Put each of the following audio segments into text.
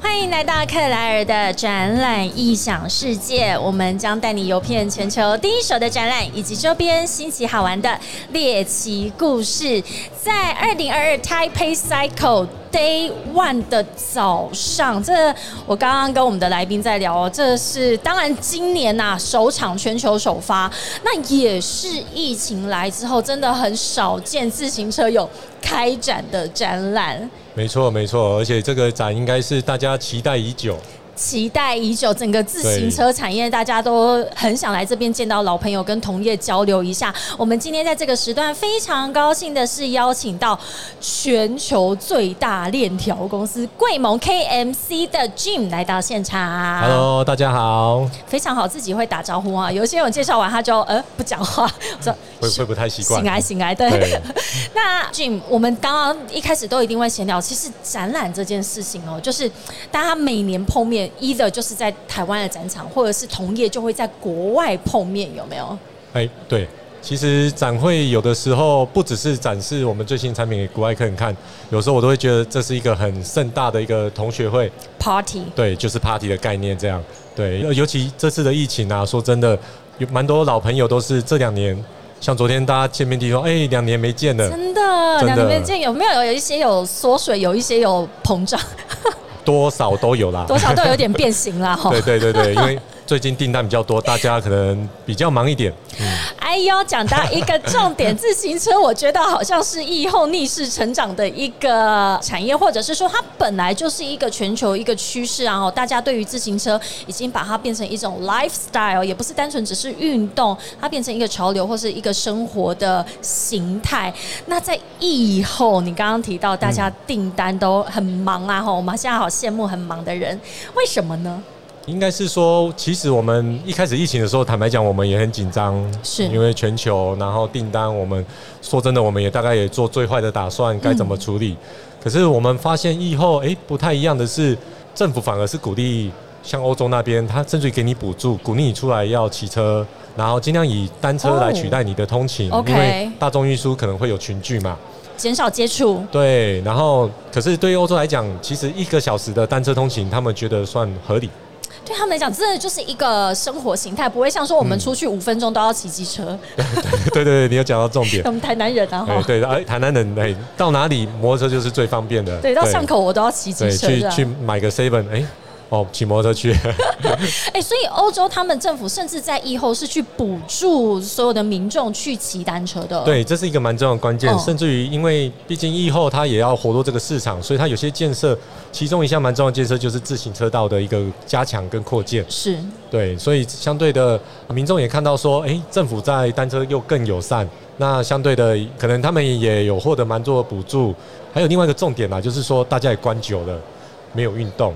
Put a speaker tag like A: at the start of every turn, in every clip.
A: 欢迎来到克莱尔的展览异想世界，我们将带你游遍全球第一手的展览以及周边新奇好玩的猎奇故事。在二零二二 Taipei Cycle Day One 的早上，这我刚刚跟我们的来宾在聊哦，这是当然今年呐、首场全球首发，那也是疫情来之后真的很少见自行车有开展的展览。
B: 没错，没错，而且这个展应该是大家期待已久。
A: 期待已久，整个自行车产业大家都很想来这边见到老朋友，跟同业交流一下。我们今天在这个时段非常高兴的是邀请到全球最大链条公司贵盟 KMC 的 Jim 来到现场。
B: Hello，大家好，
A: 非常好，自己会打招呼啊。有些人介绍完他就呃不讲话，我说
B: 会会不太习惯
A: 醒来醒来，对。
B: 对
A: 那 Jim，我们刚刚一开始都一定会闲聊，其实展览这件事情哦，就是大家每年碰面，一的就是在台湾的展场，或者是同业就会在国外碰面，有没有？
B: 哎，对，其实展会有的时候不只是展示我们最新产品给国外客人看，有时候我都会觉得这是一个很盛大的一个同学会，
A: Party
B: 对，就是 party 的概念这样。对，尤其这次的疫情啊，说真的，有蛮多老朋友都是这两年，像昨天大家见面地说，哎，两年没见了，
A: 真的，
B: 真的
A: 两年没见，有没有有一些有缩水，有一些有膨胀，
B: 多少都有啦。
A: 多少都有点变形啦，哈
B: 对。对对对，因为最近订单比较多，大家可能比较忙一点。
A: 哎呦，讲到一个重点，自行车我觉得好像是疫后逆势成长的一个产业，或者是说它本来就是一个全球一个趋势啊。哦大家对于自行车已经把它变成一种 lifestyle，也不是单纯只是运动，它变成一个潮流或是一个生活的形态。那在疫后，你刚刚提到大家订单都很忙啊，吼，我们现在好羡慕很忙的人，为什么呢？
B: 应该是说，其实我们一开始疫情的时候，坦白讲，我们也很紧张，
A: 是
B: 因为全球，然后订单，我们说真的，我们也大概也做最坏的打算，该怎么处理。
A: 嗯
B: 可是我们发现疫后，诶，哎不太一样的是，政府反而是鼓励，像欧洲那边，他甚至于给你补助，鼓励你出来要骑车，然后尽量以单车来取代你的通勤，
A: 哦，OK
B: 因为大众运输可能会有群聚嘛。
A: 减少接触，
B: 对，然后可是对于欧洲来讲，其实一个小时的单车通勤，他们觉得算合理。
A: 对他们来讲，真的就是一个生活形态，不会像说我
B: 嗯
A: 们出去五分钟都要骑机车，
B: 对对对，你有讲到重点
A: 我。们台南人啊，
B: 哎，
A: 哈，
B: 对，哎，台南人哎，到哪里摩托车就是最方便的。
A: 对，到巷口我都要骑机
B: 对，
A: 车
B: 去
A: 的。
B: 去买个 seven，哎，哦，骑摩托车去。
A: 哎，所以欧洲他们政府甚至在疫后是去补助所有的民众去骑单车的。，
B: 对，这是一个蛮重要的关键。
A: 哦
B: 甚至于，因为毕竟疫后它也要活络这个市场，所以它有些建设，其中一项蛮重要的建设就是自行车道的一个加强跟扩建。
A: 是
B: 对，所以相对的，民众也看到说，哎，政府在单车又更友善。那相对的，可能他们也有获得蛮多的补助。还有另外一个重点啦，啊就是说大家也关久了，没有运 动，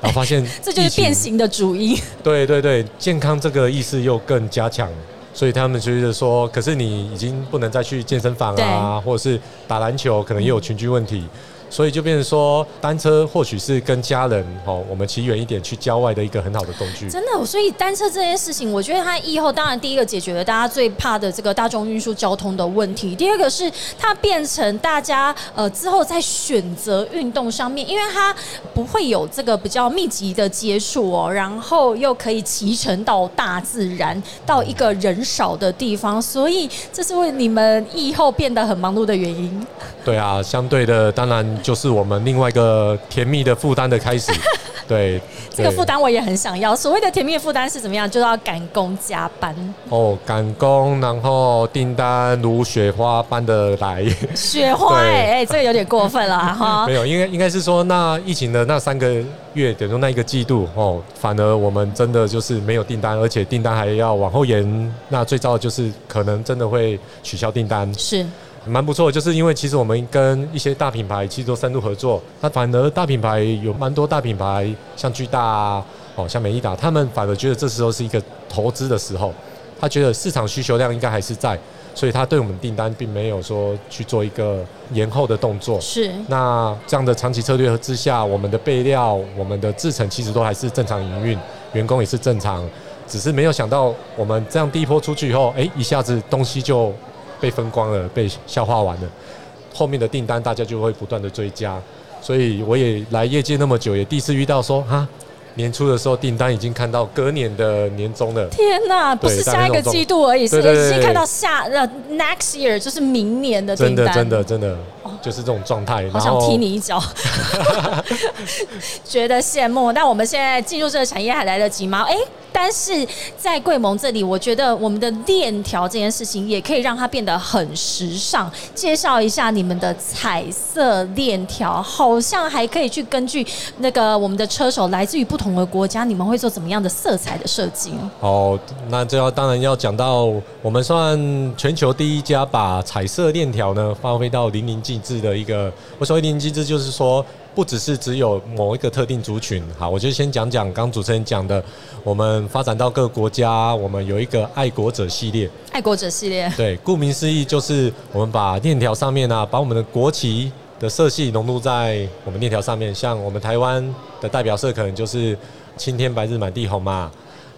B: 然后发现
A: 这就是
B: 疫情
A: 变。形的主因。
B: 对对对，健康这个意识又更加强。所以他们觉得说，可是你已经不能再去健身房啊，
A: 对
B: 或者是打篮球，可能也有群居问题，所以就变成说，单车或许是跟家人哦，我们骑远一点去郊外的一个很好的工具。
A: 真的，所以单车这件事情，我觉得它疫后当然第一个解决了大家最怕的这个大众运输交通的问题，第二个是它变成大家呃之后在选择运动上面，因为它不会有这个比较密集的接触哦，然后又可以骑乘到大自然，到一个人少的地方，所以这是为你们疫后变得很忙碌的原因。
B: 对啊，相对的，当然就是我们另外一个甜蜜的负担的 开始。对，
A: 这个
B: 对
A: 负担我也很想要。所谓的甜蜜负担是怎么样？就是要赶工加班，
B: 哦，赶工，然后订单如雪花般的来。
A: 雪花
B: 对
A: 哎、哎这个有点过分了哈。
B: 没有，应该应该是说，那疫情的那三个月，等于说那一个季度哦，反而我们真的就是没有订单，而且订单还要往后延。那最糟的就是可能真的会取消订单，
A: 是
B: 蛮不错的。就是因为其实我们跟一些大品牌其实都深入合作，那反而大品牌有蛮多大品牌，像巨大啊，哦，像美利达，他们反而觉得这时候是一个投资的时候，他觉得市场需求量应该还是在，所以他对我们订单并没有说去做一个延后的动作。
A: 是，
B: 那这样的长期策略之下，我们的备料、我们的制程其实都还是正常营运，员工也是正常，只是没有想到我们这样第一波出去以后，哎、一下子东西就被分光了，被消化完了，后面的订单大家就会不断的追加。所以我也来业界那么久，也第一次遇到说哈，年初的时候订单已经看到隔年的年终了。
A: 天哪，不是
B: 对大
A: 下
B: 概
A: 一个
B: 那种
A: 季度而已，是
B: 对对对
A: 已经看
B: 对
A: 到下呃 next year 就是明年的
B: 真
A: 订
B: 的
A: 单，哦
B: 真的真的，就是这种状态。
A: 好
B: 然
A: 想
B: 后
A: 踢你一 脚， 觉得羡慕。但我们现在进入这个产业还来得及吗？哎、但是在贵盟这里，我觉得我们的链条这件事情也可以让它变得很时尚。介绍一下你们的彩色链条，好像还可以去根据那个我们的车手来自于不同的国家，你们会做怎么样的色彩的设计？
B: 哦，那这要当然要讲到我们算全球第一家把彩色链条呢发挥到淋漓尽致的一个。我所谓淋漓尽致，就是说不只是只有某一个特定族群。好，我就先讲讲刚主持人讲的，我们发展到各个国家，我们有一个爱国者系列。
A: 爱国者系列，
B: 对，顾名思义，就是我们把链条上面呢、啊，把我们的国旗的色系融入在我们链条上面。像我们台湾的代表色，可能就是青天白日满地红嘛。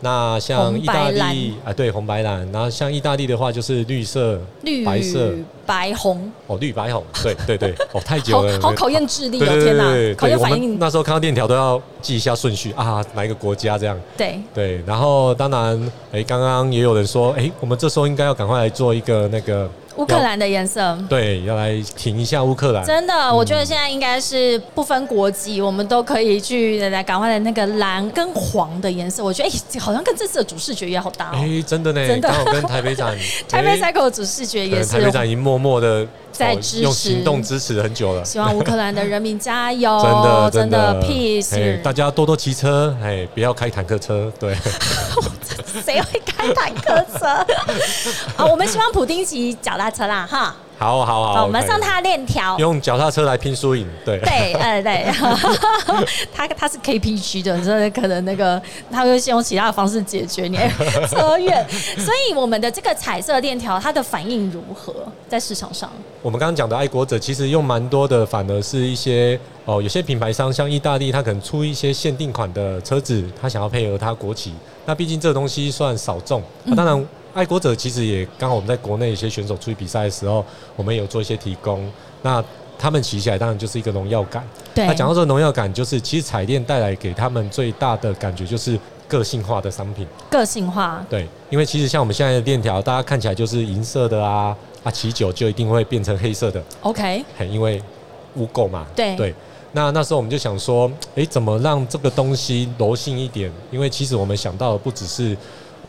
B: 那像
A: 红
B: 意
A: 白
B: 大
A: 蓝
B: 利啊，对，红白蓝。然后像意大利的话，就是绿色、
A: 绿、
B: 白色，
A: 白红，
B: 哦，绿白红。对对对，哦，太久
A: 好
B: 了，
A: 好考验智力
B: 对。
A: 哦！
B: 对对
A: 天
B: 对
A: 哪
B: 对，，
A: 考
B: 对
A: 验
B: 我
A: 反
B: 们
A: 应。
B: 那时候看到链条都要记一下顺序啊，哪一个国家这样。
A: 对，
B: 对，然后当然，哎，刚刚也有人说，哎，我们这时候应该要赶快来做一个那个
A: 乌克兰的颜色。
B: 对，要来停一下乌克兰。
A: 真的，我觉得现在应该是不分国籍，我们都可以去来赶快的那个蓝跟黄的颜色。我觉得哎、好像跟这次的主视觉也好搭哦。
B: 哎、真的呢，
A: 真的，
B: 刚好跟台北展
A: 台北
B: 哎
A: Cycle 的主视觉
B: 可
A: 也
B: 能
A: 是哦
B: 台，北展已经默默的
A: 在支持
B: 用行动支持很久了。
A: 希望乌克兰的人民加油
B: ，真的，真
A: 哦的
B: 的
A: peace
B: 哎。大家多多骑车，哎，不要开坦克车，对，
A: 谁会开坦克车？ 好，我们希望普丁骑脚踏车啦，哈，
B: 好好好，
A: 好，我们
B: 可以
A: 让他链条。
B: 用脚踏车来拼输赢，对，
A: 对，呃，对，他 他是 KPG 的，所以可能那个他会先用其他的方式解决你、哎 扯远。所以我们的这个彩色链条，它的反应如何在市场上？
B: 我们刚刚讲的爱国者，其实用蛮多的，反而是一些哦，有些品牌商像意大利，它可能出一些限定款的车子，它想要配合它国旗。那毕竟这个东西算少众，那、当然爱国者其实也刚好我们在国内一些选手出去比赛的时候，我们也有做一些提供。那他们骑起来当然就是一个荣耀感。
A: 对
B: 那讲到这个荣耀感，就是其实彩电带来给他们最大的感觉就是个性化的商品。
A: 个性化，
B: 对，因为其实像我们现在的链条，大家看起来就是银色的啊，啊，骑久就一定会变成黑色的，
A: OK，
B: 嘿因为污垢嘛。
A: 对
B: 对，那那时候我们就想说，诶，怎么让这个东西柔性一点？因为其实我们想到的不只是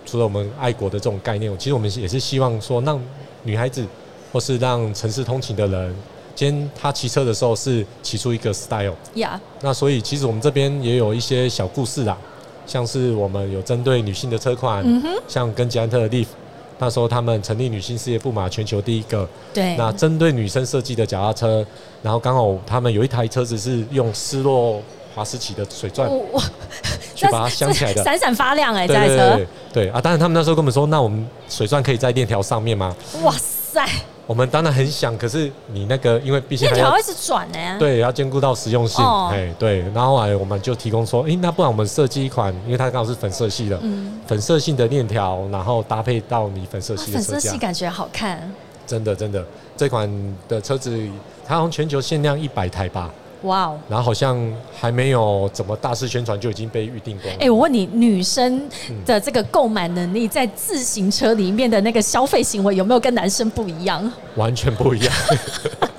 B: 除了我们爱国的这种概念，其实我们也是希望说，让女孩子或是让城市通勤的人，今天她骑车的时候是骑出一个 style。
A: 呀、
B: 那所以其实我们这边也有一些小故事啦，像是我们有针对女性的车款，
A: 嗯哼，
B: 像跟捷安特的 Leaf，那时候他们成立女性事业部嘛，全球第一个。
A: 对，
B: 那针对女生设计的脚踏车，然后刚好他们有一台车子是用斯洛华斯奇的水钻
A: 我我
B: 去把它镶起来的。
A: 闪闪发亮哎、这
B: 对
A: 台
B: 对
A: 车
B: 对，对啊！当然，他们那时候跟我们说，那我们水钻可以在链条上面吗？
A: 哇塞，
B: 我们当然很想，可是你那个，因为毕竟
A: 链
B: 还
A: 条
B: 要
A: 会一直转呢、哎，
B: 对，要兼顾到实用性，哎、
A: 哦
B: 对。然后后来我们就提供说，哎、那不然我们设计一款，因为它刚好是粉色系的，
A: 嗯，
B: 粉色系的链条，然后搭配到你粉色
A: 哇
B: 系的
A: 啊粉
B: 车
A: 色
B: 架
A: 系，感觉好看，
B: 真的真的，这款的车子它好像全球限量一百台吧，
A: 哇哦。
B: 然后好像还没有怎么大肆宣传就已经被预定光了。
A: 哎、我问你，女生的这个购买能力，在自行车里面的那个消费行为有没有跟男生不一样？
B: 完全不一 样。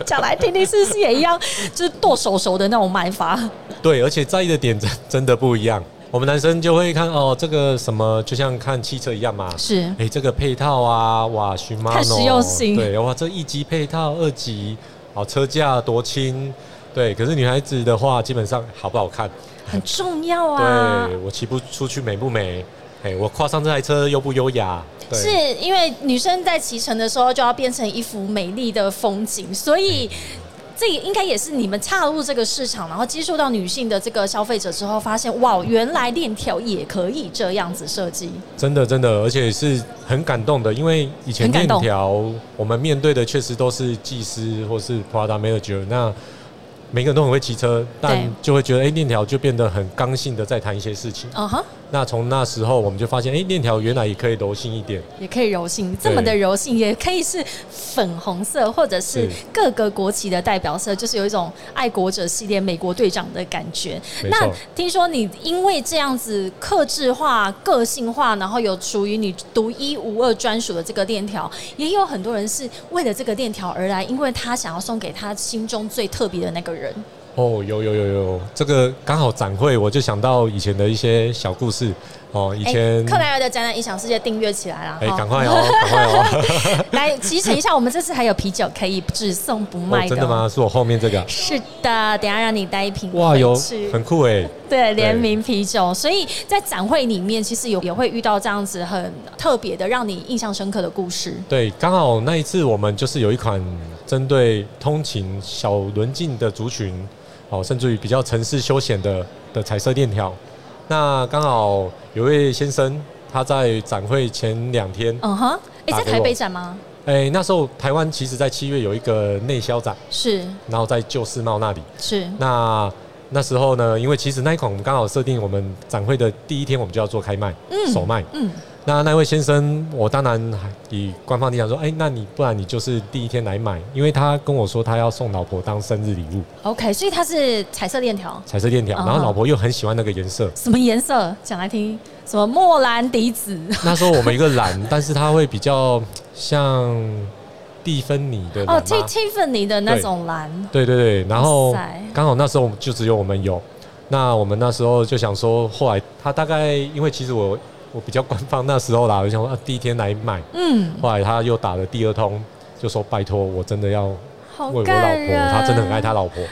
A: 讲来听听，是不是也一样？就是剁手手的那种买法。
B: 对，而且在意的点真真的不一样。我们男生就会看哦，这个什么，就像看汽车一样嘛。
A: 是
B: 哎、这个配套啊，哇，寻妈
A: 看实用性
B: 对，哇，这一级配套，二级，好车架多轻，对。可是女孩子的话，基本上好不好看，
A: 很重要啊
B: 对。我骑不出去美不美？哎、我跨上这台车优不优雅？对
A: 是因为女生在骑乘的时候就要变成一幅美丽的风景，所以
B: 嗯
A: 这也应该也是你们踏入这个市场，然后接触到女性的这个消费者之后，发现哇，原来链条也可以这样子设计。
B: 真的真的，而且是很感动的，因为以前
A: 很感
B: 链
A: 动
B: 条我们面对的确实都是技师或是 Prada manager，那每个人都很会骑车，但
A: 对
B: 就会觉得哎，链条就变得很刚性的在谈一些事情。
A: 嗯哼，
B: 那从那时候我们就发现，哎、链条原来也可以柔性一点。
A: 也可以柔性，这么的柔性也可以是粉红色，或者是
B: 是
A: 各个国旗的代表色，就是有一种爱国者系列美国队长的感觉。
B: 没
A: 那
B: 错
A: 听说你因为这样子克制化、个性化，然后有属于你独一无二专属的这个链条，也有很多人是为了这个链条而来，因为他想要送给他心中最特别的那个人。
B: 哦，有有有有，这个刚好展会，我就想到以前的一些小故事。哦，以
A: 哎
B: 前
A: 克莱尔的展览影响世界订阅起来啦！
B: 哎，
A: 哈
B: 赶、快哦，赶 快哦！
A: 来集成一下，我们这次还有啤酒可以只送不卖
B: 哦，
A: 的、
B: 真的吗？是我后面这 个啊。
A: 是的，等一下让你带一瓶
B: 哇，
A: 回
B: 有
A: 去
B: 很酷哎，
A: 对联名啤酒，所以在展会里面其实有也会遇到这样子很特别的、让你印象深刻的故事。
B: 对，刚好那一次我们就是有一款针对通勤小轮径的族群，哦，甚至于比较城市休闲的的彩色链条。那刚好有位先生，他在展会前两天，
A: 嗯哼，哎，
B: 打
A: 在
B: 给
A: 台北
B: 我
A: 展吗？
B: 哎、那时候台湾其实在七月有一个内销展，
A: 是
B: 然后在旧世贸那里。
A: 是，
B: 那那时候呢，因为其实那一款我们刚好设定我们展会的第一天，我们就要做开卖，
A: 嗯
B: 首卖。
A: 嗯，
B: 那那位先生，我当然还以官方立场说，哎、那你不然你就是第一天来买，因为他跟我说他要送老婆当生日礼物，
A: OK，所以它是彩色链条，
B: 彩色链条，
A: 嗯哼
B: 然后老婆又很喜欢那个颜色。
A: 什么颜色？讲来听，什么莫兰迪紫？
B: 那时候我们一个蓝，但是它会比较像蒂芬妮的蓝
A: 哦
B: 吗
A: ，T Tiffany 的那种蓝，
B: 对对对，然后
A: 哇塞
B: 刚好那时候我们就只有我们有，那我们那时候就想说，后来他大概因为其实我我比较官方那时候啦，我就想说、啊、第一天来买，
A: 嗯，
B: 后来他又打了第二通，就说拜托我真的要
A: 好
B: 为我老
A: 感
B: 婆，
A: 人。
B: 他真的很爱他老婆。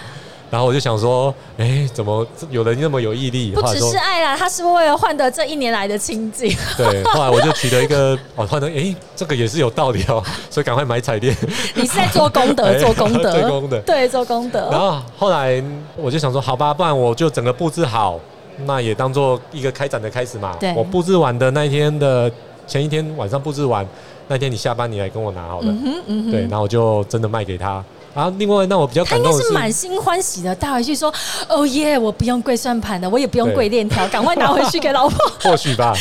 B: 然后我就想说，哎、怎么这有人那么有毅力？
A: 不
B: 后来
A: 只
B: 说
A: 是，啊爱啦，他是为了换得这一年来的清 净。
B: 对，后来我就取得一个， 哦，突然哎、这个也是有道理哦， 所以赶快买 彩电，
A: 你是在做功德，
B: 哎
A: 呃做功 德，
B: 做功德
A: 对，做功
B: 然
A: 德。
B: 后后来我就想说，好吧，不然我就整个布置好，那也当做一个开展的开始嘛
A: 对。
B: 我布置完的那一天的前一天晚上布置完，那天你下班你来跟我拿好了。
A: 嗯哼，嗯哼，
B: 对，然后我就真的卖给他。然后另外，那我比较
A: 他
B: 感
A: 应
B: 动
A: 该
B: 的
A: 是
B: 是，
A: 满心欢喜的带回去说：“哦耶，我不用跪算盘的，我也不用
B: 对
A: 跪链条，赶快拿回去给老婆。
B: 或许 吧，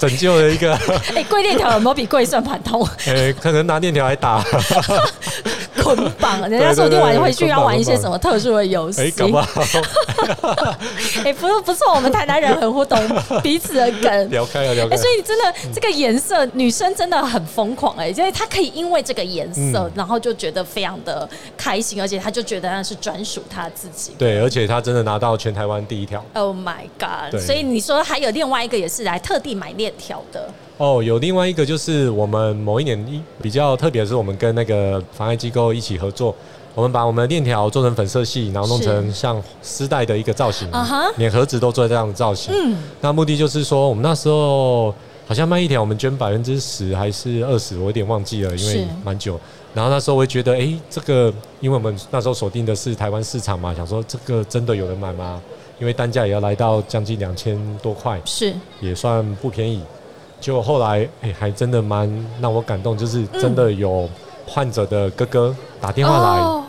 B: 拯救了一个，
A: 哎、跪链条有没有比跪算盘 痛？
B: 呃，可能拿链条 来打，
A: 捆绑，人家说不定玩回去要玩一些什么特殊的游戏。
B: 哎，搞不好
A: 哎不不错，我们台南人很互 懂彼此的梗。
B: 聊开了，聊
A: 哎、
B: 开了
A: 所。以真的这个颜色，女生真的很疯狂哎、因为她可以因为这个颜色，
B: 嗯
A: 然后就觉得非常的开心，而且她就觉得那是专属她自己。
B: 对，而且他真的拿到全台湾第一条
A: Oh my god！
B: 对
A: 所以你说还有另外一个也是来特地买链条的，
B: 哦。有另外一个就是我们某一年一比较特别的是，我们跟那个防癌机构一起合作，我们把我们的链条做成粉色系，然后弄
A: 是
B: 成像丝带的一个造型
A: 啊哈，
B: 连盒子都做这样的造型。
A: 嗯，
B: 那目的就是说，我们那时候好像卖一条，我们捐百分之十还是二十，我有点忘记了，因
A: 是
B: 为蛮久。然后那时候我会觉得，哎、这个，因为我们那时候锁定的是台湾市场嘛，想说这个真的有人买吗？因为单价也要来到将近两千多块，
A: 是
B: 也算不便宜。结果后来，哎、还真的蛮让我感动，就是真的有患者的哥哥打电话来，
A: 哦，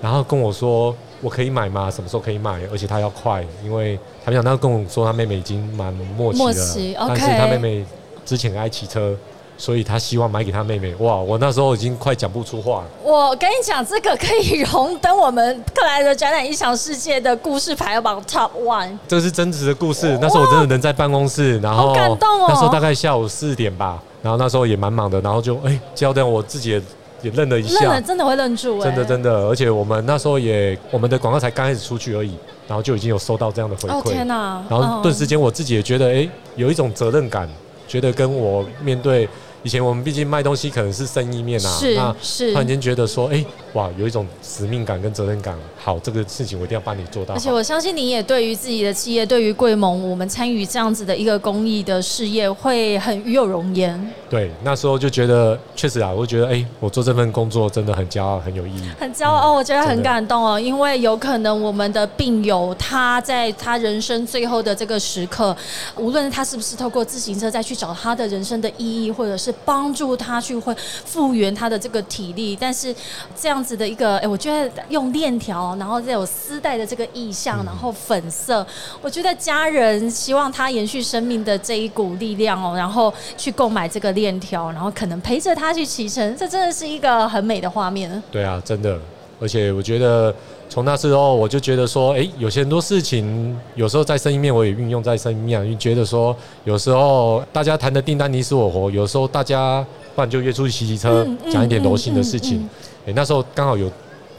B: 然后跟我说我可以买吗？什么时候可以买？而且他要快，因为他没想到跟我说他妹妹已经蛮默契了，
A: 默契
B: 但是
A: OK
B: 他妹妹之前爱骑车，所以他希望买给他妹妹。哇，我那时候已经快讲不出话了。
A: 我跟你讲，这个可以荣登我们克莱的展览《异想世界》的故事排行榜 Top One。
B: 这是真实的故事，那时候我真的人在办公室，然后
A: 好感动哦
B: 那时候大概下午四点吧，然后那时候也蛮忙的，然后就哎，交代我自己也也愣了一
A: 愣
B: 下
A: 了，，真的会愣住、哎，
B: 真的真的，而且我们那时候也我们的广告才刚开始出去而已，然后就已经有收到这样的回
A: 哦
B: 馈，
A: 天哪！
B: 然后顿时
A: 嗯
B: 间我自己也觉得，哎、有一种责任感，觉得跟我面对以前我们毕竟卖东西可能是生意面啊，那
A: 是
B: 突然
A: 是，
B: 间觉得说，哎、哇，有一种使命感跟责任感，好，这个事情我一定要帮你做到
A: 而
B: 好。
A: 且我相信你也对于自己的企业，对于贵盟，我们参与这样子的一个公益的事业，会很与有荣焉。
B: 对，那时候就觉得，确实啊，我就觉得，哎、我做这份工作真的很骄傲，很有意义。
A: 很骄傲，我觉得很
B: 嗯真的
A: 感动哦，因为有可能我们的病友他在他人生最后的这个时刻，无论他是不是透过自行车再去找他的人生的意义，或者是帮助他去会复原他的这个体力。但是这样子的一个，哎，我觉得用链条，然后再有丝带的这个意象，
B: 嗯
A: 然后粉色，我觉得家人希望他延续生命的这一股力量哦，然后去购买这个链条，然后可能陪着他去骑乘，这真的是一个很美的画面。
B: 对啊，真的。而且我觉得从那时候我就觉得说，诶，有些很多事情有时候在生意面我也运用在生意面，啊就觉得说有时候大家谈的订单你死我活，有时候大家不然就约出去骑骑车
A: 嗯，嗯
B: 讲一点柔性的事情
A: 嗯嗯。
B: 诶，那时候刚好有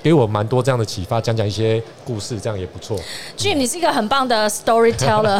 B: 给我蛮多这样的启发，讲讲一些故事，这样也不错。
A: Jim，你是一个很棒的 storyteller，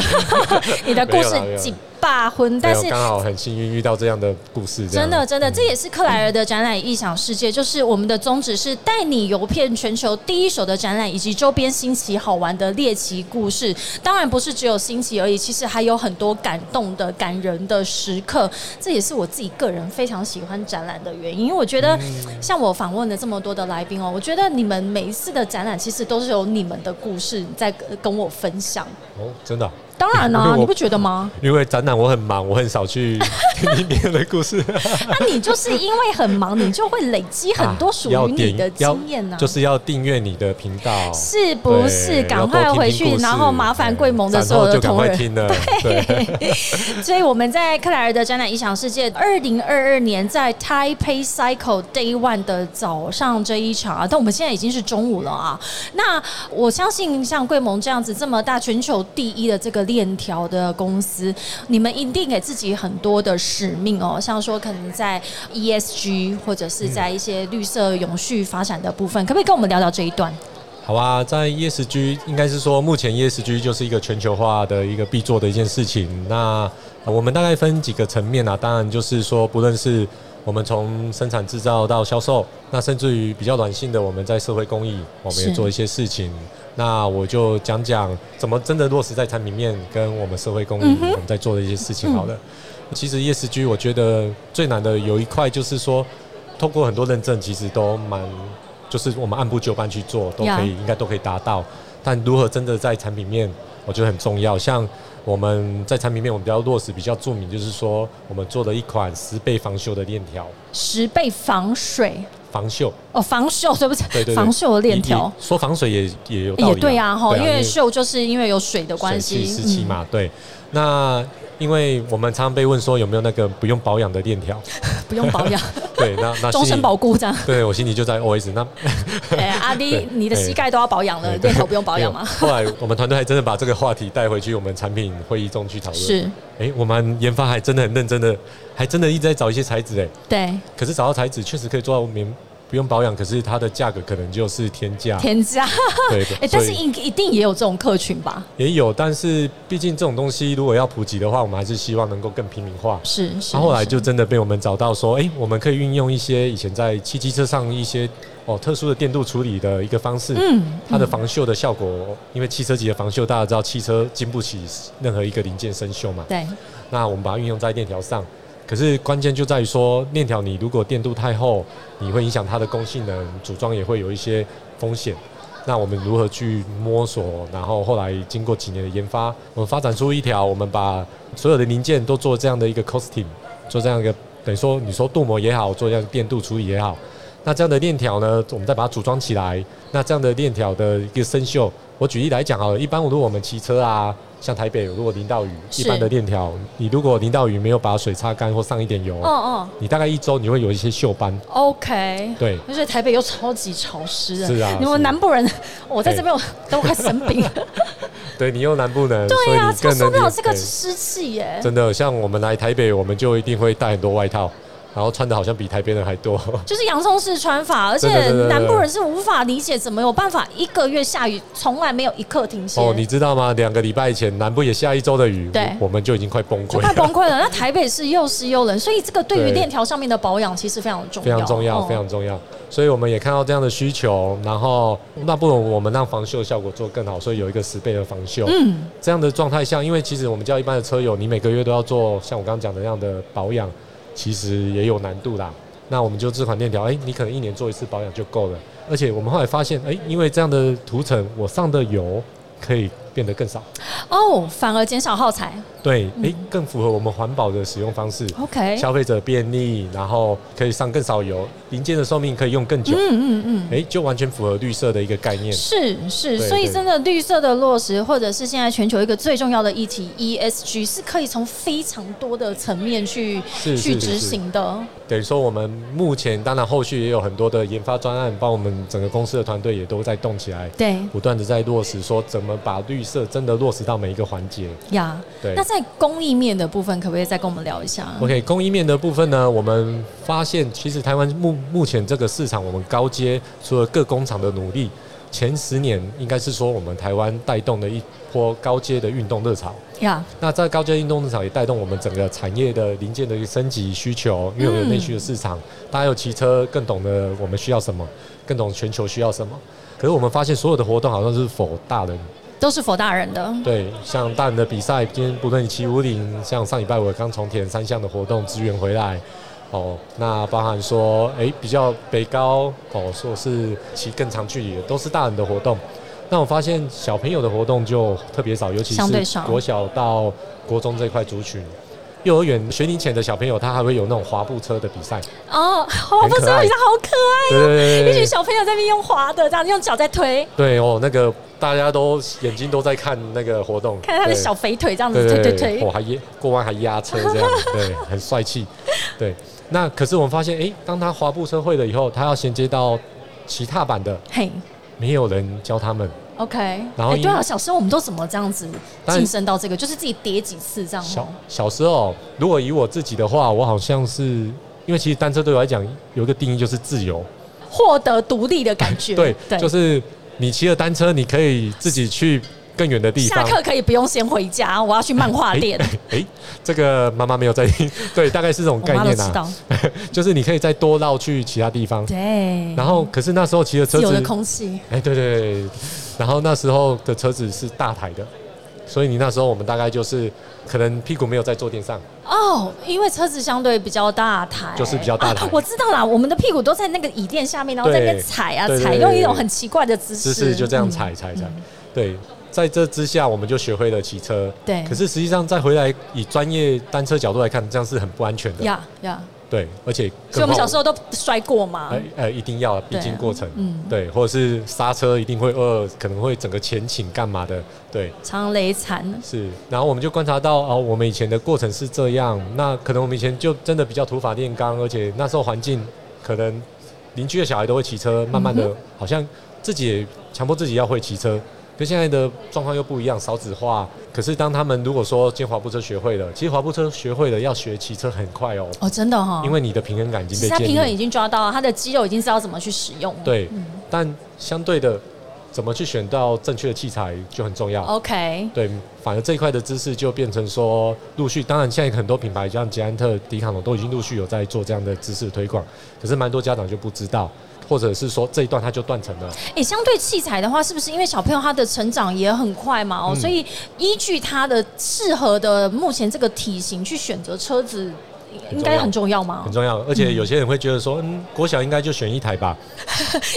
A: 你的故事
B: 没有啦没有
A: 几霸婚，
B: 没
A: 但
B: 有
A: 是
B: 刚好很幸运遇到这样的故事，这
A: 真
B: 样
A: 的，真的，这也是克莱尔的展览异想世
B: 嗯
A: 界，就是我们的宗旨是带你游遍全球第一手的展览以及周边新奇好玩的猎奇故事。当然不是只有新奇而已，其实还有很多感动的、感人的时刻。这也是我自己个人非常喜欢展览的原因，因为我觉得
B: 嗯
A: 像我访问了这么多的来宾哦，我觉得你们每一次的展览其实都是有你们的故事在跟跟我分享。
B: 哦，真的啊、
A: 当然啦、
B: 因为 我
A: 你不觉得吗？
B: 因为展览我很忙，我很 少去听你念的故事。
A: 那你就是因为很忙，你就会累积很多属
B: 要
A: 于你
B: 点
A: 的
B: 啊要
A: 经验呢、
B: 就是要订阅你的频道。
A: 是不是？
B: 对
A: 赶快回去，然后麻烦贵盟的所有的同
B: 然后就
A: 仁。
B: 赶 快听了，对，
A: 所以我们在克莱尔的展览异想世界二零二二年在 Taipei Cycle Day One 的早上这一场啊，但我们现在已经是中午了啊。那我相信像贵盟这样子这么大全球第一的这个链条的公司，你们一定给自己很多的使命哦，像说可能在 ESG 或者是在一些绿色永续发展的部分，可不可以跟我们聊聊这一段？
B: 好啊，在 ESG 应该是说，目前 ESG 就是一个全球化的一个必做的一件事情。那呃我们大概分几个层面啊，当然就是说，不论是我们从生产制造到销售，那甚至于比较软性的，我们在社会公益，我们也
A: 是
B: 做一些事情。那我就讲讲怎么真的落实在产品面跟我们社会公益
A: 嗯哼
B: 我们在做的一些事情好了。其实 ESG 我觉得最难的有一块就是说，透过很多认证，其实都蛮，就是我们按部就班去做，都可以
A: Yeah
B: 应该都可以达到。但如何真的在产品面，我觉得很重要。像我们在产品面，我们比较落实比较著名，就是说我们做了一款十倍防锈的链条，
A: 十倍防水
B: 防锈，
A: 哦，防锈对不起，
B: 对对对，
A: 防锈的链条。
B: 也。也说防水也也有道理、
A: 也对啊，哈，因为
B: 是。
A: 锈就是因为有水的关系，嗯
B: 水汽湿气嘛，对。那因为我们常常被问说有没有那个不用保养的链条，
A: 嗯不用保 养，
B: 对，那那
A: 终
B: 心
A: 身
B: 里
A: 保固这样。
B: 对我心里就在 OS 那
A: 哎，阿
B: 对
A: 弟，你的膝盖都要保养了，
B: 对
A: 链头不用保养
B: 没有
A: 吗？
B: 后来我们团队还真的把这个话题带回去我们产品会议中去讨论。
A: 是，
B: 哎、我们研发还真的很认真的，还真的一直在找一些材质哎、
A: 对，
B: 可是找到材质确实可以做到免不用保养，可是它的价格可能就是天价。
A: 添加。
B: 对，
A: 哎，
B: 所
A: 但是
B: 以
A: 一一定也有这种客群吧？
B: 也有，但是毕竟这种东西如果要普及的话，我们还是希望能够更平民化。
A: 是是。
B: 他后来就是真的被我们找到说，哎、我们可以运用一些以前在汽机车上一些哦特殊的电镀处理的一个方式，
A: 嗯
B: 它的防锈的效果，因为汽车级的防锈，大家知道汽车经不起任何一个零件生锈嘛，
A: 对，
B: 那我们把它运用在链条上。可是关键就在于说，链条你如果电镀太厚，你会影响它的工性能，组装也会有一些风险。那我们如何去摸索？然后后来经过几年的研发，我们发展出一条，我们把所有的零件都做这样的一个 costing，做这样一个等于说你说镀膜也好，做这样电镀处理也好，那这样的链条呢，我们再把它组装起来。那这样的链条的一个生锈，我举例来讲好了，一般如果我们骑车啊，像台北如果淋到雨，
A: 是
B: 一般的链条，你如果淋到雨没有把水擦干或上一点油，
A: 哦哦
B: 你大概一周你会有一些锈斑。
A: ，OK。
B: 对，
A: 而且台北又超级潮湿的，
B: 是啊
A: 你
B: 是啊
A: 们南部人，我在这边我都快生病了。
B: 对你又难不能，所
A: 对
B: 以
A: 啊，
B: 你
A: 超
B: 更
A: 受
B: 能
A: 不了这个
B: 对
A: 湿气耶。
B: 真的，像我们来台北，我们就一定会带很多外套，然后穿的好像比台北人还多。
A: 就是洋葱式穿法，而且
B: 对对对对对
A: 南部人是无法理解怎么有办法一个月下雨从来没有一刻停歇。
B: 哦，你知道吗？两个礼拜以前，南部也下一周的雨，
A: 对
B: 我我们就已经快崩溃
A: 就
B: 了
A: 快。崩溃了。那台北是又湿又冷，所以这个对于
B: 对
A: 链条上面的保养其实非常重要，
B: 非常重要，
A: 哦
B: 非常重要。所以我们也看到这样的需求，然后那不如我们让防锈效果做更好，所以有一个十倍的防锈。
A: 嗯，
B: 这样的状态下，因为其实我们叫一般的车友，你每个月都要做像我刚刚讲的那样的保养，其实也有难度啦。那我们就这款链条，哎、你可能一年做一次保养就够了。而且我们后来发现，哎、因为这样的涂层，我上的油可以变得更少。
A: 哦，反而减少耗材。
B: 对，
A: 嗯
B: 诶、更符合我们环保的使用方式。
A: OK，
B: 消费者便利，然后可以上更少油，零件的寿命可以用更久，
A: 嗯嗯嗯，
B: 诶、哎就完全符合绿色的一个概念。
A: 是是，
B: 对
A: 所以
B: 对
A: 真的绿色的落实，或者是现在全球一个最重要的议题 ESG，是可以从非常多的层面去
B: 是
A: 去
B: 是
A: 执
B: 是
A: 行的。
B: 等于说，我们目前当然后续也有很多的研发专案，帮我们整个公司的团队也都在动起来，
A: 对
B: 不断的在落实，说怎么把绿色真的落实到每一个环节。
A: 呀，
B: 对
A: 那在公益面的部分，可不可以再跟我们聊一下？
B: OK，供应面的部分呢，我们发现其实台湾目目前这个市场，我们高阶除了各工厂的努力，前十年应该是说我们台湾带动的一波高阶的运动热潮。
A: 呀，
B: 那在高阶运动市场也带动我们整个产业的零件的一个升级需求，因为我们有内需的市场，大家有骑车更懂得我们需要什么，更懂全球需要什么。可是我们发现所有的活动好像是否大人，
A: 都是佛大人的。
B: 对，像大人的比赛，今天不论你骑五岭，像上礼拜我刚从铁人三项的活动支援回来，哦，那包含说，诶比较北高，哦，说是骑更长距离的，都是大人的活动。那我发现小朋友的活动就特别少，尤其
A: 相对
B: 是
A: 少
B: 国小到国中这块族群。幼儿园学龄前的小朋友，他还会有那种滑步车的比赛，
A: 哦，滑步车
B: 很可爱
A: 比较好可
B: 对对对
A: 爱，一
B: 对
A: 群
B: 对
A: 小朋友 在那边用滑的，这样用脚在推，
B: 对哦，那个大家都眼睛都在看那个活动，
A: 看他的
B: 对
A: 小肥腿这样子
B: 对
A: 推
B: 对
A: 推
B: 对，
A: 推
B: 我。还压过弯还 压车这样，对，很帅气。对，那可是我们发现，诶，当他滑步车会了以后，他要衔接到骑踏板的，
A: 嘿
B: 没有人教他们。
A: ，OK，
B: 然后
A: 哎
B: 因
A: 对啊，小时候我们都怎么这样子
B: 当然
A: 晋升到这个，就是自己叠几次这样哦
B: 小小时候，如果以我自己的话，我好像是因为其实单车对我来讲有一个定义就是自由，
A: 获得独立的感觉。
B: 对，就是你骑了单车，你可以自己去更远的地
A: 下
B: 方。
A: 课可以不用先回家，我要去漫
B: 哎
A: 画店。
B: 诶，这个妈妈没有在听，对，大概是这种
A: 我
B: 概
A: 妈都
B: 念
A: 知
B: 啊，
A: 道，
B: 就是你可以再多绕去其他地方。
A: 对，
B: 然后，可是那时候骑的车
A: 自由的，
B: 子
A: 空气，
B: 哎，对对对，然后那时候的车子是大台的，所以你那时候我们大概就是可能屁股没有在坐垫上，
A: 哦，因为车子相对比较大台，
B: 就是比较大台
A: 啊我知道啦，我们的屁股都在那个椅垫下面，然后在那边
B: 对
A: 踩啊
B: 对对
A: 踩，
B: 对
A: 用一
B: 对
A: 种
B: 对
A: 很奇怪的姿势，
B: 姿势就这样
A: 嗯
B: 踩踩踩。对，在这之下我们就学会了骑车。
A: 对
B: 可是实际上再回来以专业单车角度来看，这样是很不安全的。
A: 嗯呀呀，
B: 对，而且
A: 所以我们小时
B: 候。
A: 候都摔过嘛
B: 呃。呃，一定要必
A: 对
B: 经
A: 啊
B: 过程，
A: 嗯
B: 对，或者是刹车一定会呃，可能会整个前倾干嘛的，对，
A: 常雷残，
B: 是，然后我们就观察到哦，我们以前的过程是这样，那可能我们以前就真的比较土法炼钢，而且那时候环境可能邻居的小孩都会骑车，慢
A: 嗯
B: 慢的、好像自己也强迫自己要会骑车。跟现在的状况又不一样，少子化。可是当他们如果说今天滑步车学会了，其实滑步车学会了要学骑车很快哦，
A: 哦，真的哈、
B: 因为你的平衡感已经
A: 其
B: 被
A: 实他
B: 建立
A: 平衡已嗯
B: 了。
A: 经抓到了，他的肌肉已经知道怎么去使用了。
B: 对，但相对的，怎么去选到正确的器材就很重要。
A: ，OK，
B: 对，反而这一块的知识就变成说，陆续，当然现在很多品牌像捷安特、迪卡侬都已经陆续有在做这样的知识推广，可是蛮多家长就不知道，或者是说这一段他就断层了。
A: 诶，相对器材的话，是不是因为小朋友他的成长也很快嘛？
B: 嗯
A: 哦，所以依据他的适合的目前这个体型去选择车子，应该很重要吗
B: 很？重要，而且有些人会觉得说，嗯，国小应该就选一台吧，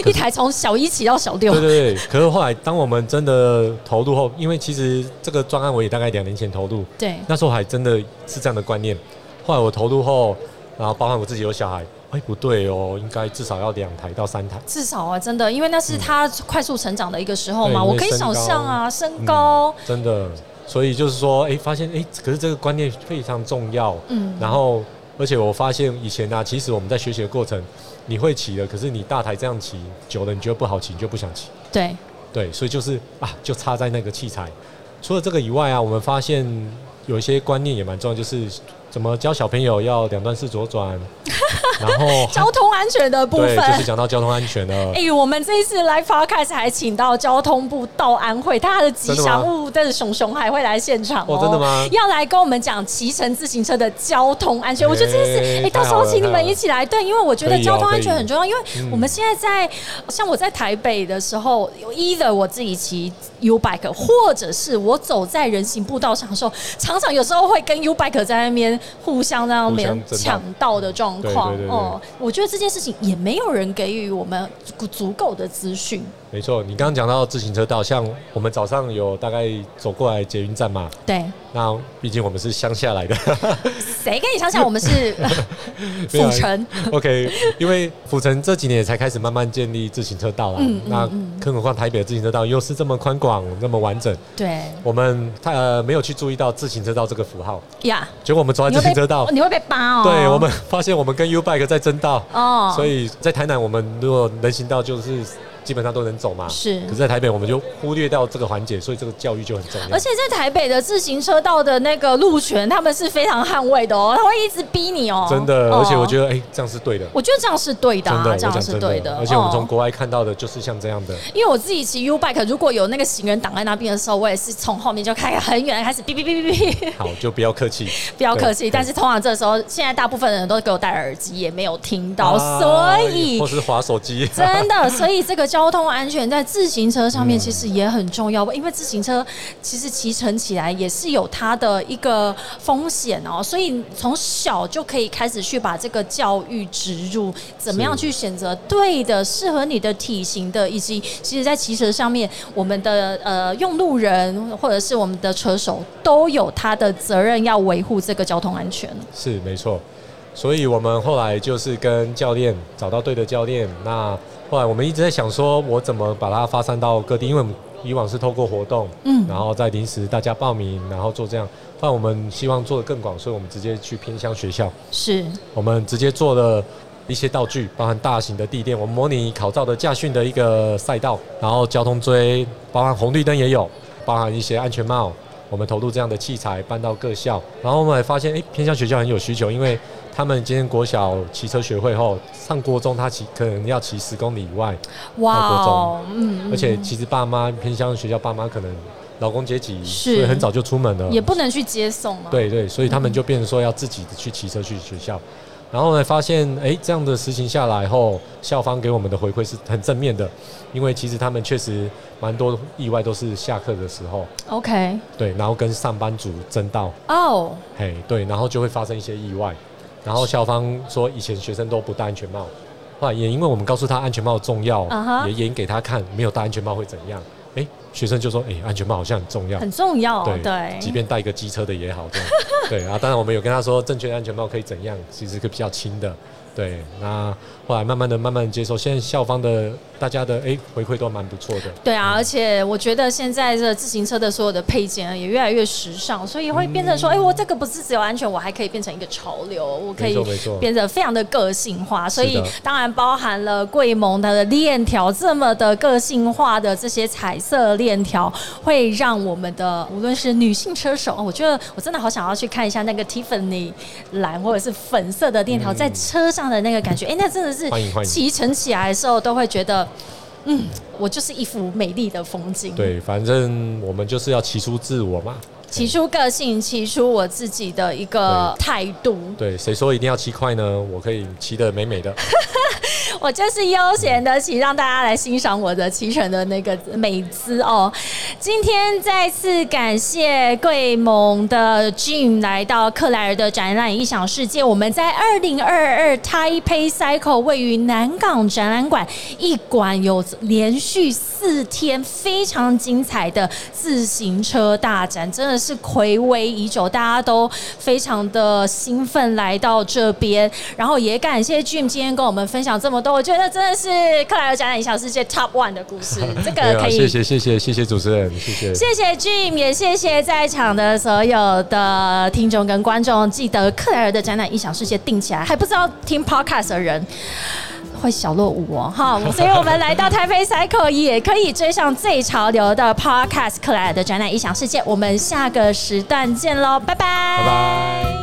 A: 一台从小一起到小六
B: 对，对对。可是后来，当我们真的投入后，因为其实这个专案我也大概两年前投入，
A: 对，
B: 那时候还真的是这样的观念。后来我投入后，然后包含我自己有小孩，哎，不对哦，应该至少要两台到三台。
A: 至少啊，真的，因为那是他快速成长的一个时候嘛，
B: 嗯对
A: 我可以
B: 因为身
A: 想
B: 高嗯
A: 象啊，身高，
B: 真的，所以就是说，哎、发现哎、诶可是这个观念非常重要。
A: 嗯
B: 然后，而且我发现以前呢、啊，其实我们在学习的过程，你会骑了，可是你大台这样骑久了，你觉得不好骑，你就不想骑。
A: 对，
B: 对，所以就是啊，就差在那个器材。除了这个以外啊，我们发现有一些观念也蛮重要，就是怎么教小朋友要两段式左 转，然后
A: 交通安全的部
B: 对，
A: 分。
B: 就是讲到交通安全了。
A: 哎、我们这一次 live podcast 还请到交通部道安会，他的吉祥物但是熊熊还会来现场哦，
B: 哦真的吗
A: 要来跟我们讲骑乘自行车的交通安全，我觉得这件事，哎、
B: 哎
A: 到时候
B: 太好了
A: 请你
B: 太
A: 们
B: 好了
A: 一起来，对，因为我觉得
B: 可以哦
A: 交通安
B: 可
A: 全
B: 以
A: 很重要，因为
B: 嗯
A: 我们现在在、像我在台北的时候，either 我自己骑 U bike，或者是我走在人行步道上的时候，常常有时候会跟 U bike 在那边互相在那边
B: 互相
A: 抢
B: 争
A: 道的状
B: 对对
A: 况
B: 对对
A: 哦。我觉得这件事情也没有人给予我们足足够的资讯。
B: 没错，你刚刚讲到自行车道，像我们早上有大概走过来捷运站嘛，
A: 对，
B: 那毕竟我们是乡下来 的，
A: 谁跟你想想我们 是
B: 没有
A: 府
B: 啊
A: 城？
B: OK，因为府城这几年也才开始慢慢建立自行车道啦，
A: 嗯嗯
B: 那
A: 嗯
B: 更何况台北的自行车道又是这么宽广、那么完整，
A: 对
B: 我们呃没有去注意到自行车道这个符号，
A: 呀，
B: 结果我们走在
A: 你会
B: 啊自行
A: 被
B: 车道，
A: 你会被扒哦。
B: 对我们发现我们跟 U Bike 在争道，
A: 哦，
B: 所以在台南我们如果人行道就是基本上都能走嘛，
A: 是
B: 可是在台北我们就忽略到这个环节，所以这个教育就很重要。
A: 而且在台北的自行车道的那个路权，他们是非常捍卫的哦，他会一直逼你哦。
B: 真的，
A: 哦
B: 而且我觉得哎、这样是对的。
A: 我觉得这样是对的、
B: 真
A: 啊，
B: 的，我
A: 这样
B: 讲
A: 是
B: 真
A: 对
B: 的，而且我们
A: 哦
B: 从国外看到的就是像这样的，
A: 因为我自己骑 U bike，如果有那个行人挡在那边的时候，我也是从后面就开很远开始哔哔哔哔哔，
B: 好，就不要客气，
A: 不要客气。
B: 对
A: 但是通常这时候，现在大部分人都给我戴耳机，也没有听到，
B: 啊
A: 所以
B: 或是滑手 机，
A: 真的，所以这个交通安全在自行车上
B: 嗯
A: 面其实也很重要，因为自行车其实骑乘起来也是有它的一个风险哦，所以从小就可以开始去把这个教育植入，怎么样去选择对的、适合你的体型的，以及其实在骑车上面，我们的呃用路人或者是我们的车手都有他的责任要维护这个交通安全。
B: 是没错。所以我们后来就是跟教练找到对的教练，那后来我们一直在想说，我怎么把它发散到各地，因为我们以往是透过活动，
A: 嗯
B: 然后再临时大家报名，然后做这样。后来我们希望做的更广，所以我们直接去偏乡学校，
A: 是
B: 我们直接做了一些道具，包含大型的地垫，我们模拟考照的驾训的一个赛道，然后交通锥，包含红绿灯也有，包含一些安全帽，我们投入这样的器材搬到各校，然后我们也发现，诶，偏向学校很有需求，因为他们今天国小骑车学会后，上国中他骑可能要骑十公里以外，
A: 哇
B: 国中
A: 哦，嗯，嗯
B: 而且其实爸妈偏向学校爸妈可能劳工阶级，所
A: 是
B: 以很早就出门了，
A: 也不能去接送啊。
B: 对对，所以他们就变成说要自己去骑车去学校，然后呢发现诶，这样的实行下来后，校方给我们的回馈是很正面的，因为其实他们确实蛮多意外都是下课的时候，
A: OK，
B: 对，然后跟上班族争道，
A: 哦，
B: 嘿，对，然后就会发生一些意外，然后校方说以前学生都不戴安全帽。后来也因为我们告诉他安全帽的重要
A: 啊哈
B: 也演给他看，没有戴安全帽会怎样？诶，学生就说：“诶，安全帽好像很重要。”
A: 很重要，
B: 对，
A: 哦对，
B: 即便戴一个机车的也好，这样 对啊。当然我们有跟他说，正确的安全帽可以怎样，其实是比较轻的。对，那后来慢慢的、慢慢地接受，现在校方的大家的哎、回馈都蛮不错的。
A: 对啊，而且我觉得现在的自行车的所有的配件啊也越来越时尚，所以会变成说，
B: 嗯
A: 哎、我这个不是只有安全，我还可以变成一个潮流，我可以
B: 没错没错
A: 变得非常的个性化。所以
B: 的
A: 当然包含了贵盟它的链条这么的个性化的这些彩色链条，会让我们的无论是女性车手，哦我觉得我真的好想要去看一下那个 Tiffany 蓝或者是粉色的链条、在车上的那个感觉，哎、那真的是
B: 嗯欢迎欢迎
A: 骑乘起来的时候都会觉得。嗯，我就是一幅美丽的风景。，
B: 对，反正我们就是要骑出自我嘛。
A: 起出个性，起出我自己的一个态度。
B: 对，谁说一定要骑快呢？我可以骑得美 美的。
A: 我就是悠闲的骑，让大家来欣赏我的骑乘的那个美姿哦。今天再次感谢贵盟的 Jim 来到克莱尔的展览《异想世界》。我们在二零二二 Taipei Cycle 位于南港展览馆一馆有连续四天非常精彩的自行车大展，真的是暌违已久，大家都非常的兴奋来到这边。然后也感谢 Jim 今天跟我们分享这么多，我觉得真的是克莱尔展览《异想世界》Top One 的故事，这
B: 没
A: 个
B: 有啊
A: 可以
B: 谢谢谢谢谢谢主持人，谢谢。
A: 谢谢 Jim，也谢谢在场的所有的听众跟观众。记得克莱尔的展览《异想世界》定起来，还不知道听 podcast 的人。会小落伍哦，哈，所以我们来到台北 Cycle 也可以追上最潮流的 Podcast 克莱尔的展览《异想世界》，我们下个时段见喽，拜拜
B: 拜拜。